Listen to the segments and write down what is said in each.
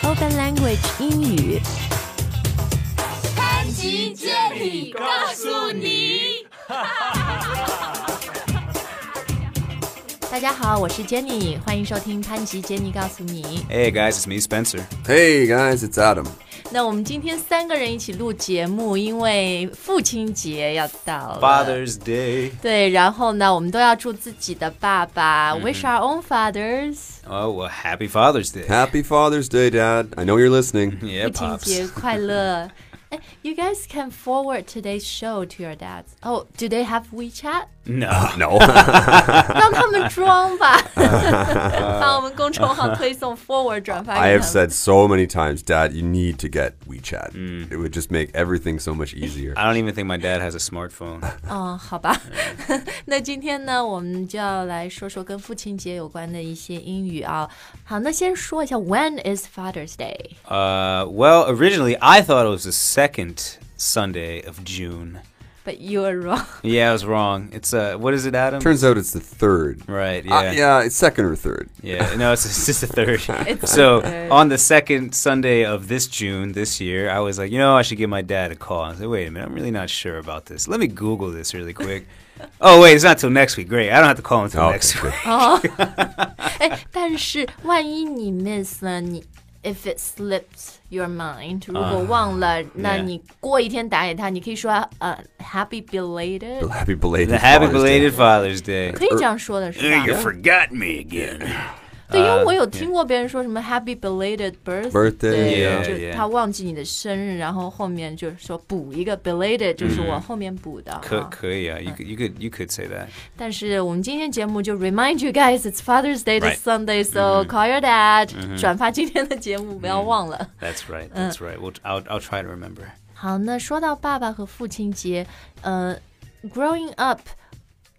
Spoken Language 英语。潘吉接力告诉你， 大家好，我是 Jenny，欢迎收听潘吉 Jenny 告诉你。 Hey guys, it's me, Spencer. Hey guys, it's Adam. 那我们今天三个人一起录节目，因为父亲节要到了。 Father's Day. 对，然后呢，我们都要祝自己的爸爸、wish our own fathers Oh, well, happy Father's Day. Happy Father's Day, Dad. I know you're listening. Yeah, 父亲 pops. 节快乐。哎，You guys can forward today's show to your dads. Oh, do they have WeChat? No. No. 让他们装吧，把我们公众号推送 forward 转发 I 给 have 他们。 said so many times, Dad, you need to get WeChat. Mm. It would just make everything so much easier. I don't even think my dad has a smartphone. 嗯，好吧。 那今天呢，我们就要来说说跟父亲节有关的一些英语啊。好，那先说一下 When is Father's Day？ Uh, well, originally I thought it was the second Sunday of June. But you are wrong. Yeah, I was wrong. It's uh, what is it, Adam? Turns out it's the third. right. Yeah. Uh, yeah, it's second or third. Yeah, no, it's, it's just the third. It's so the third. on the second Sunday of this June this year, I was like, you know, I should give my dad a call. I said, wait a minute, I'm really not sure about this. Let me Google this really quick. oh wait, it's not till next week. Great, I don't have to call until Oh, next okay. week. 哦，哎，但是万一你 miss 了你。If it slips your mind，如果忘了那 yeah. 你过一天打给他，你可以说呃、Happy belated， Happy belated. The happy Father's Day. belated Father's Day. 可以这样说的是吧 You forgot me again. 对，因为我有听过别人说什么 Happy belated 啊 birthday， Birthday，就 yeah，yeah 他忘记你的生日，然后后面就是说补一个 belated，就是我后面补的。可啊可以啊, you could you could you could say that. 但是我们今天节目就 remind you guys it's Father's Day Right this Sunday，so call your dad，转发今天的节目，不要忘了。 That's right. Uh, That's right. We'll, I'll I'll try to remember. 好，那说到爸爸和父亲节，呃，growing up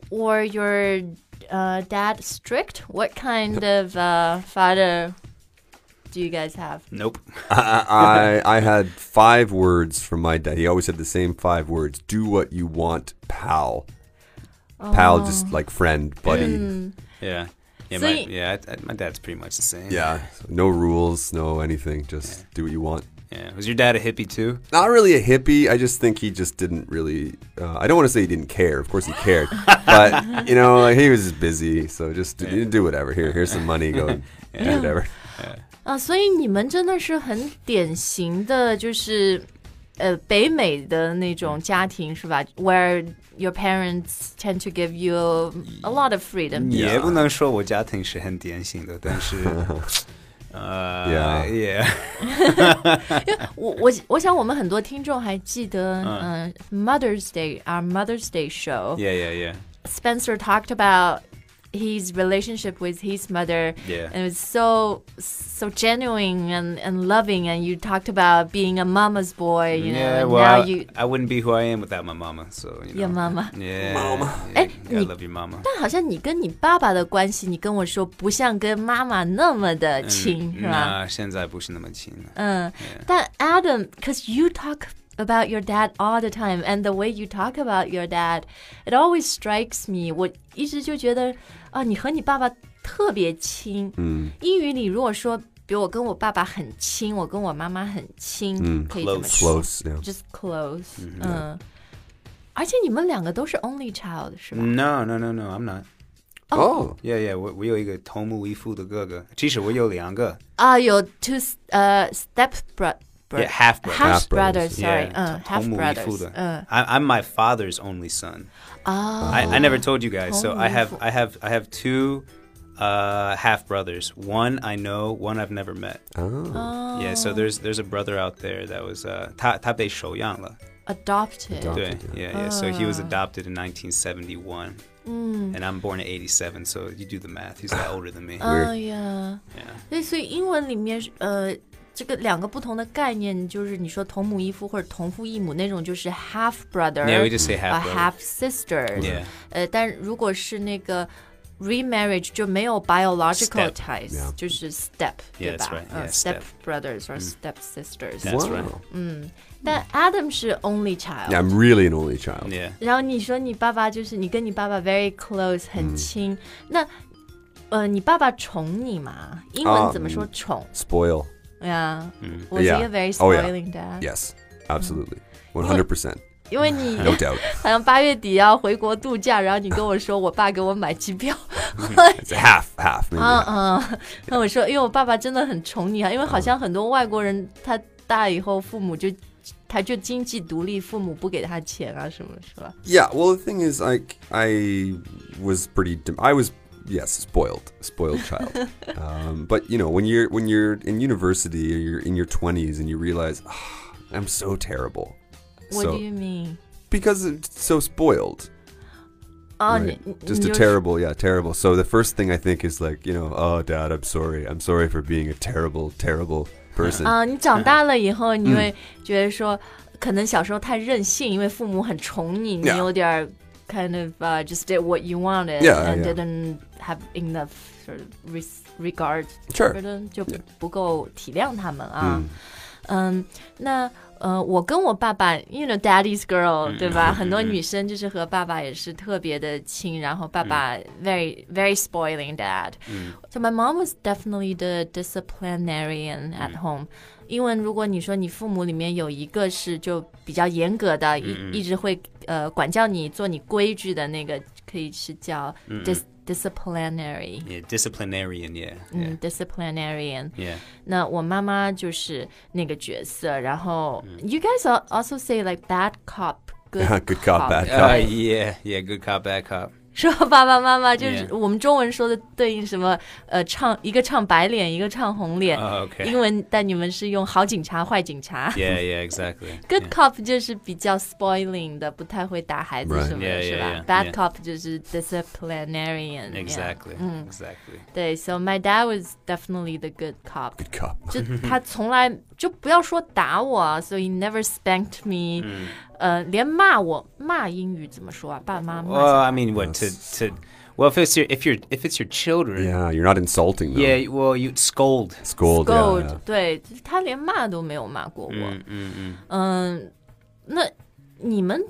or your 呃、dad strict，what kind of 呃、father do you guys have？ Nope. I, I I had five words from my dad. He always had the same five words. Do what you want, pal. Pal, Oh. just like friend, buddy. Mm. Yeah. Yeah, So my, you- yeah, I, I, my dad's pretty much the same. Yeah. No rules, no anything. Just do what you want. Yeah. Was your dad a hippie too? Not really a hippie. I just think he just didn't really. Uh, I don't want to say he didn't care. Of course he cared, but you know, like, he was just busy. So just do, do whatever. Here, here's some money. Go and do whatever. 啊，所以你们真的是很典型的，就是呃北美的那种家庭是吧？Where your parents tend to give you a lot of freedom。也不能说我家庭是很典型的，但 是，呃 Yeah. Uh, yeah. 我我我想我们很多听众还记得，嗯、m o t h e r s Day our Mother's Day show。 yeah, yeah, yeah. Spencer talked about his relationship with his mother. Yeah. And it was so so genuine and, and loving and you talked about being a mama's boy, you know. yeah, and well, now you I wouldn't be who I am without my mama. So you know. Your mama. Yeah. Eh, Yeah, I 你- love your mama. 但好像你跟你爸爸的关系，你跟我说不像跟妈妈那么的亲，是吧？那现在不是那么亲了。嗯，但 Adam，because you talk about your dad all the time and the way you talk about your dad，it always strikes me。我一直就觉得啊，你和你爸爸特别亲。嗯，英语里如果说，比如我跟我爸爸很亲，我跟我妈妈很亲，可以这么 close 说 Close. Yeah. ，just close。嗯，而且你们两个都是 only child，是吧？ No, no, no, no, I'm not. Oh. Yeah, yeah，我我有一个同母异父的哥哥，其实我有两个啊，有 two 呃 step brother。 Yeah, half brother. half Half brothers, sorry， yeah，嗯，half 同母异父 brothers，Uh. 的。嗯， I, I'm my father's only son. 啊 I, I never told you guys. So I have 同母异父。 I have I have two uh, half brothers. One I know, one I've never met. Oh, Yeah, Oh. so there's there's a brother out there that was uh 他他被收养了。 ，adopted，对 Adopted, yeah, yeah. So he was Ah. adopted in 1971. Mm. And I'm born in 87, so you do the math. He's like older than me. 哎呀， yeah. 对，所以英文里面是呃，这个两个不同的概念，就是你说同母异父或者同父异母那种，就是 half brother， Yeah, we just say 啊 half brother. half sisters， Yeah. 呃，但如果是那个 remarriage 就没有 biological Step, ties， yeah. 就是 step，对 Yeah, that's 吧 right, 嗯，step yeah, step Mm。 brothers or step sisters。 That's wow. right. 但 Adam 是 only child。 Yeah, I'm really an only child. Yeah. 然后你说你爸爸就是你跟你爸爸 very close 嗯很亲，啊那呃，你爸爸宠你吗？英文怎么说宠？ Spoil. Yeah. Was he 嗯 Yeah. a very Oh, yeah. spoiling dad? Yes, Mm-hmm. absolutely, one hundred percent, 因为你 no doubt. 好像八月底要回国度假，然后你跟我说我爸给我买机票， It's half, half. Maybe. 嗯嗯， 那我说，因为我爸爸真的很宠你啊，因为好像很多外国人他大以后父母就他就经济独立，父母不给他钱啊什么，是吧？ Yeah. Well, the thing is, like, I was pretty. Dem- I was yes, spoiled, spoiled child. um, but you know, when you're when you're in university or you're in your twenties and you realize, "Ah, I'm so terrible. What so do you mean？ because it's so spoiled. 啊， right? 你你 Just a 就是 terrible, yeah, terrible. So the first thing I think is like, you know, oh, dad, I'm sorry. I'm sorry for being a terrible, terrible person. 啊，你长大了以后，嗯你会觉得说，可能小时候太任性，因为父母很宠你，你 Yeah. 有点儿 kind of、uh, just did what you wanted Yeah, and yeah. didn't have enough sort of res- regard sure. Hmm, 觉得就 Yeah. 不够体谅他们啊。嗯，那呃，我跟我爸爸，you know daddy's girl，、对吧？很多女生就是和爸爸也是特别的亲，然后爸爸 very very spoiling dad、So my mom was definitely the disciplinarian at home、因为如果你说你父母里面有一个是就比较严格的，一一直会呃管教你做你规矩的那个，可以是叫 dis、disciplinary， Yeah, disciplinarian. Yeah, 嗯、d i s c i p l i n a r i a n yeah, 那我妈妈就是那个角色，然后、you guys al- also say like bad cop good Good cop, bad yeah. Uh, cop. yeah, yeah. Good cop, bad cop. 说爸爸妈妈就是 Yeah. 我们中文说的对应什么呃唱一个唱白脸，一个唱红脸。 Oh, okay. 英文但你们是用好警察、坏警察。 Yeah, yeah, exactly. Good cop 就是比较 spoiling 的，不太会打孩子 Right. 什么 Yeah, 的，是 yeah, 吧 yeah, ？Bad yeah. cop 就是 disciplinarian yeah。Yeah, Mm. exactly, exactly. 对，so my dad was definitely the good cop。 Good cop. 就他从来就不要说打我啊，所以 never spanked me，、呃，连骂我骂英语怎么说啊？爸爸妈妈骂 Well, I mean, what to to? Well, if it's your if you're if it's your children, Yeah, you're not insulting them. yeah. Well, you scold. Scold. scold， yeah, yeah. 对他连骂都没有骂过我。嗯嗯那你们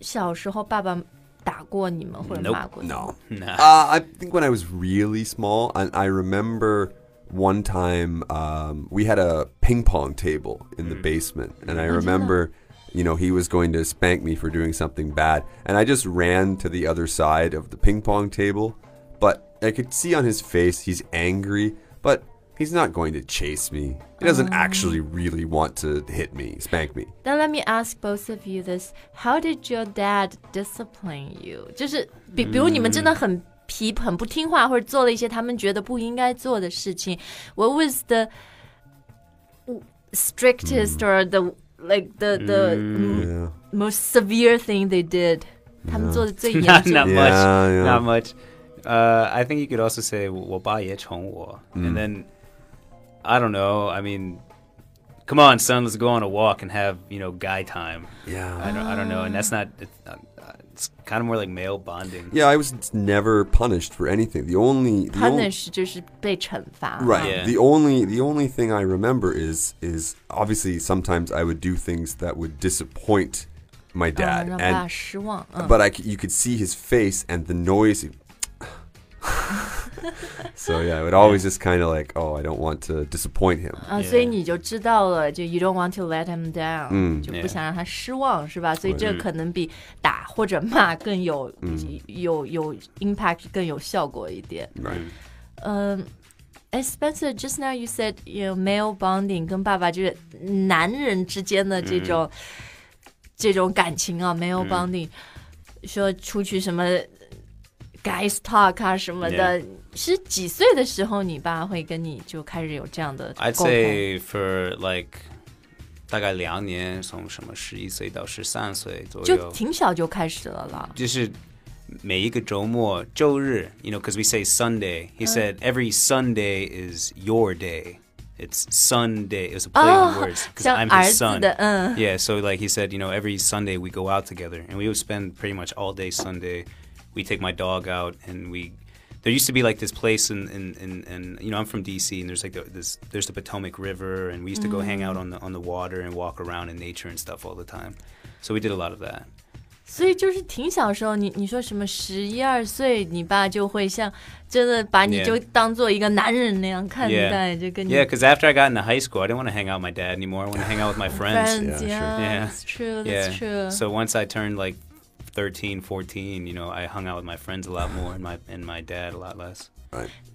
小时候爸爸打过你们或者 Nope，骂过你们 No. Nah. Oh, Uh, I think when I was really small, and I remember one time um, we had a ping pong table in the basement, and I remember, you know, he was going to spank me for doing something bad, and I just ran to the other side of the ping pong table, but I could see on his face he's angry, but he's not going to chase me. He doesn't actually really want to hit me, spank me. Then let me ask both of you this: How did your dad discipline you？就是比比如你们真的很皮、很不听话，或者做了一些他们觉得不应该做的事情，What was the strictest Hmm。 or the like the the Yeah. most severe thing they did？他 Hmm。们做的 最严 not 重 not 的 much. Yeah, yeah. Not much. Uh, I think you could also say "我爸也宠我," Mm. and then I don't know. I mean, come on, son, let's go on a walk and have you know guy time. Yeah. I don't, I don't know, and that's not. It's, not, uh, it's kind of more like male bonding. Yeah, I was never punished for anything. The only the only- punish 就是被惩罚。 Right. Yeah. The only the only thing I remember is is obviously sometimes I would do things that would disappoint my 嗯 dad 让爸 and 失望。嗯 but I c- you could see his face and the noise. so yeah, it would always just kind of like, oh, I don't want to disappoint him. 啊，所以你就知道了，就 you don't want to let him down，、就不 yeah 想让他失望，是吧？所以这可能比打或者骂更有、有有 impact，更有效果一点。 Right. 嗯，哎，Spencer，just now you said you know, male bonding 跟爸爸就是男人之间的这种、这种感情啊，male bonding，、说出去什么 guys talk 啊什么的。是几岁的时候，你爸会跟你就开始有这样的沟 I'd 通？ say for like 大概两年，从什么十一岁到十三岁左右，就挺小就开始了啦。就是每一个周末周日，you know, because we say Sunday. He said every Sunday is your day. It's Sunday. It was a play on words because 像 I'm 儿 his 子 son. 的，嗯 Yeah, so like he said, you know, every Sunday we go out together, and we would spend pretty much all day Sunday. We take my dog out, and we. There used to be like this place in, in, in, in you know I'm from DC, and there's like the, this there's the Potomac River, and we used to go hang out on the on the water and walk around in nature and stuff all the time. So we did a lot of that. 所以就是挺小时候，你你说什么十一二岁，你爸就会像真的把你 Yeah. 就当做一个男人那样看 Yeah. 待，就跟你 Yeah, because after I got into high school, I didn't want to hang out with my dad anymore. I want to hang out with my friends. friends, Yeah, yeah, Yeah. it's true, Yeah. that's true. So once I turned like 13, 14, you know, I hung out with my friends a lot more and my and my dad a lot less.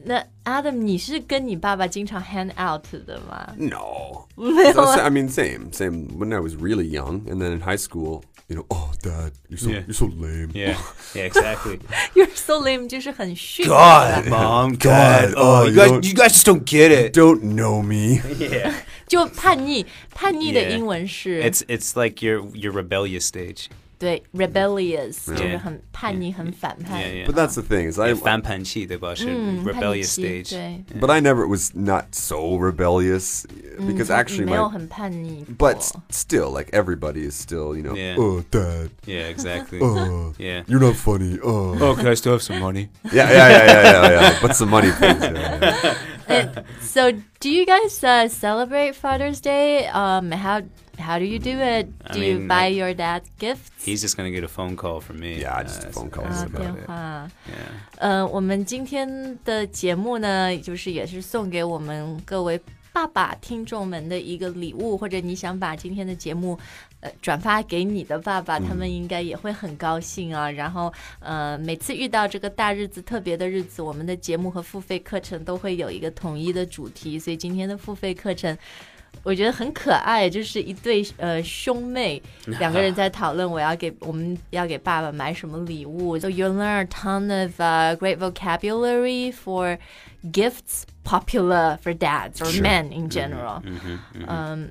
那 Adam，你是跟你爸爸经常 hang out 的吗？ No. 没有 That's- 啊， I mean, same, same. When I was really young, and then in high school, you know, oh, dad, you're so, Yeah. you're so lame. Yeah, yeah, exactly. You're so lame，就是很逊。 mom, God, oh, you don't- guys just don't get it. Don't know me. Yeah, 就叛逆，叛逆的 Yeah. 英文是 it's it's like your your rebellious stage. 对 rebellious，、就是 Yeah. 很叛逆、很反叛。 Yeah, yeah. But that's the thing is, I, Yeah, 翻盘期对吧？是 rebellious 叛逆期 stage. 对， but I never was not so rebellious because 嗯 actually 没有 my, 很叛逆过。 but s- still, like everybody is still, you know, Yeah. oh, dad, Yeah, exactly. oh, Yeah. you're not funny. Oh, can I still have some money? yeah, yeah, yeah, yeah, yeah, yeah. But some money things. Yeah, yeah. so do you guys uh, celebrate Father's Day? Um, how how do you do it? I Do you mean, buy I- your dad gifts? Uh, He's just gonna get a phone call from me. Yeah, just a that's- phone call. 啊 that's，about 电 it. 话。 Yeah. 呃，Uh, 我们今天的节目呢，就是也是送给我们各位爸爸听众们的一个礼物，或者你想把今天的节目。呃，转发给你的爸爸，他们应该也会很高兴啊。然后，呃，每次遇到这个大日子、特别的日子，我们的节目和付费课程都会有一个统一的主题。所以今天的付费课程，我觉得很可爱，就是一对呃兄妹，两个人在讨论我要给我们要给爸爸买什么礼物。So you learn a ton of、uh, great vocabulary for gifts popular for dads or men in general. 嗯，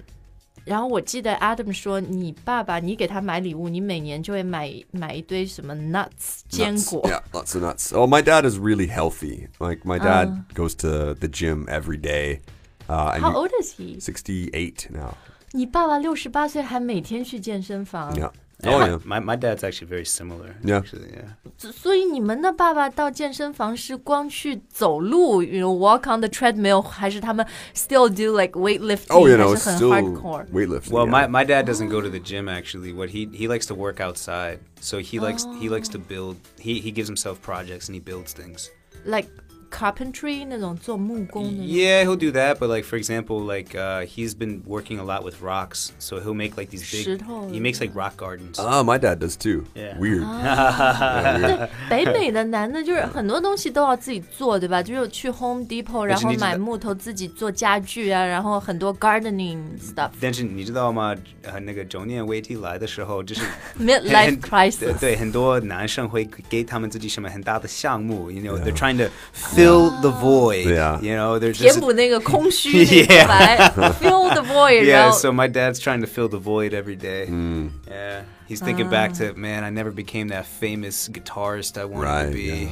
然后我记得 Adam 说，你爸爸你给他买礼物，你每年就会买买一堆什么 nuts 坚 Nuts. 果。 Yeah, lots of nuts. Oh, my dad is really healthy. Like my dad goes to the gym every day. Uh, Uh. and How he- old is he？ 68 now. 你爸爸六十八岁还每天去健身房。 Yeah. Yeah, Oh yeah. My my dad's actually very similar. Yeah. Actually, yeah. 所以你们的爸爸到健身房是光去走路，you know walk on the treadmill，还是他们 still do like weightlifting，、 Oh, 哦 you know, 还 it's 是很 still hardcore？ weightlifting. Well, my, yeah. my dad doesn't go to the gym actually. What he he likes to work outside. So he likes he likes to build. He he gives himself projects and he builds things. like carpentry 那种做木工的那种 Yeah, he'll do that. But like for example, like uh, he's been working a lot with rocks. So he'll make like these big. 石头。 He makes like rock gardens. Ah, my dad does too. Yeah. Weird. Ah. 对，北美的男的就是很多东西都要自己做，对吧？就是去 Home Depot，然后你知道买木头自己做家具啊，然后很多 gardening stuff。但是你知道吗？呃，那个中年危机来的时候，就是 Midlife 很 crisis 对对，很多男生会给他们自己什么很大的项目，you know，they're trying to fill the void，you Yeah. know，they're 填 just 补那个空 虚那个白，fill the void，然 yeah. 后 So my dad's trying to fill the void every day. Mm. Yeah, he's thinking back to man, I never became that famous guitarist I wanted Right, to be. yeah.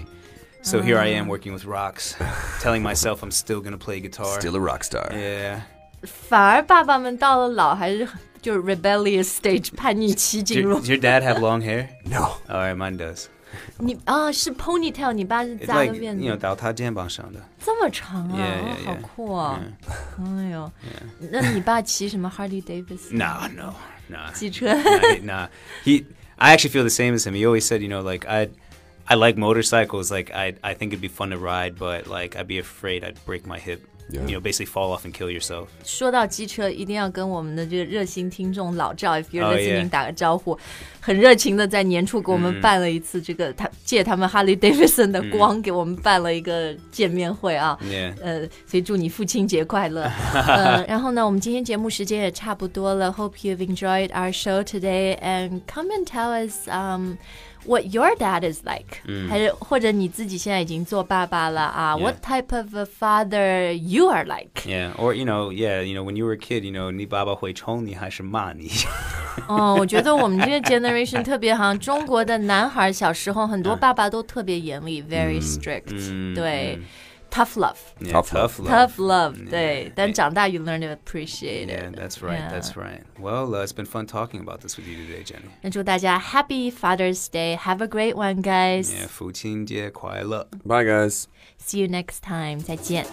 So here I am working with rocks, telling myself I'm still gonna play guitar. Still a rock star. yeah. 反而爸爸们到了老还是就是 rebellious stage 叛逆期进 Does your, 入 does。your dad have long hair? No. All right, mine does. 你啊是 ponytail，你爸是 It's 扎 like 个辫 you know, 子，到他肩膀上的。这么长啊 Yeah, 哦 yeah, 好 yeah. 酷啊！哎呦，那你爸骑什么 Harley Davidson？ No, no, no. 汽车 nah, nah. He, I actually feel the same as him. He always said, you know, like I, I like motorcycles. Like I, I think it'd be fun to ride, but like I'd be afraid I'd break my hip. Yeah. You know, basically fall off and kill yourself. 说到机车，一定要跟我们的这个热心听众老赵 if you're Oh, listening、 yeah. 嗯打个招呼，很热情的在年初给我们办了一次这个，他借他们 Harley Davidson 的光、给我们办了一个见面会啊。 Yeah. 呃，所以祝你父亲节快 乐。呃，然后呢，我们今天节目时间也差不多了。Hope you've enjoyed our show today and come and tell us um what your dad is like，、还是或者你自己现在已经做爸爸了啊嗯 Yeah. What type of a father you are like？ Yeah, or you know, yeah, you know, when you were a kid, you know, 你爸爸会宠你还是骂你？ 哦，我觉得我们这个 generation 特别好像中国的男孩小时候很多嗯爸爸都特别严厉，very strict，、对、t o u g h love，tough Yeah, Tough 嗯 tough love. 嗯 love，、哎对。但长大 you learn to appreciate Yeah, it。 that's right. Yeah. That's right. Well, uh, it's been fun talking about this with you today, Jenny. 那祝大家 Happy Father's Day，Have a great one，guys。 Yeah, 父亲节快乐。 Bye, guys. See you next time，再见。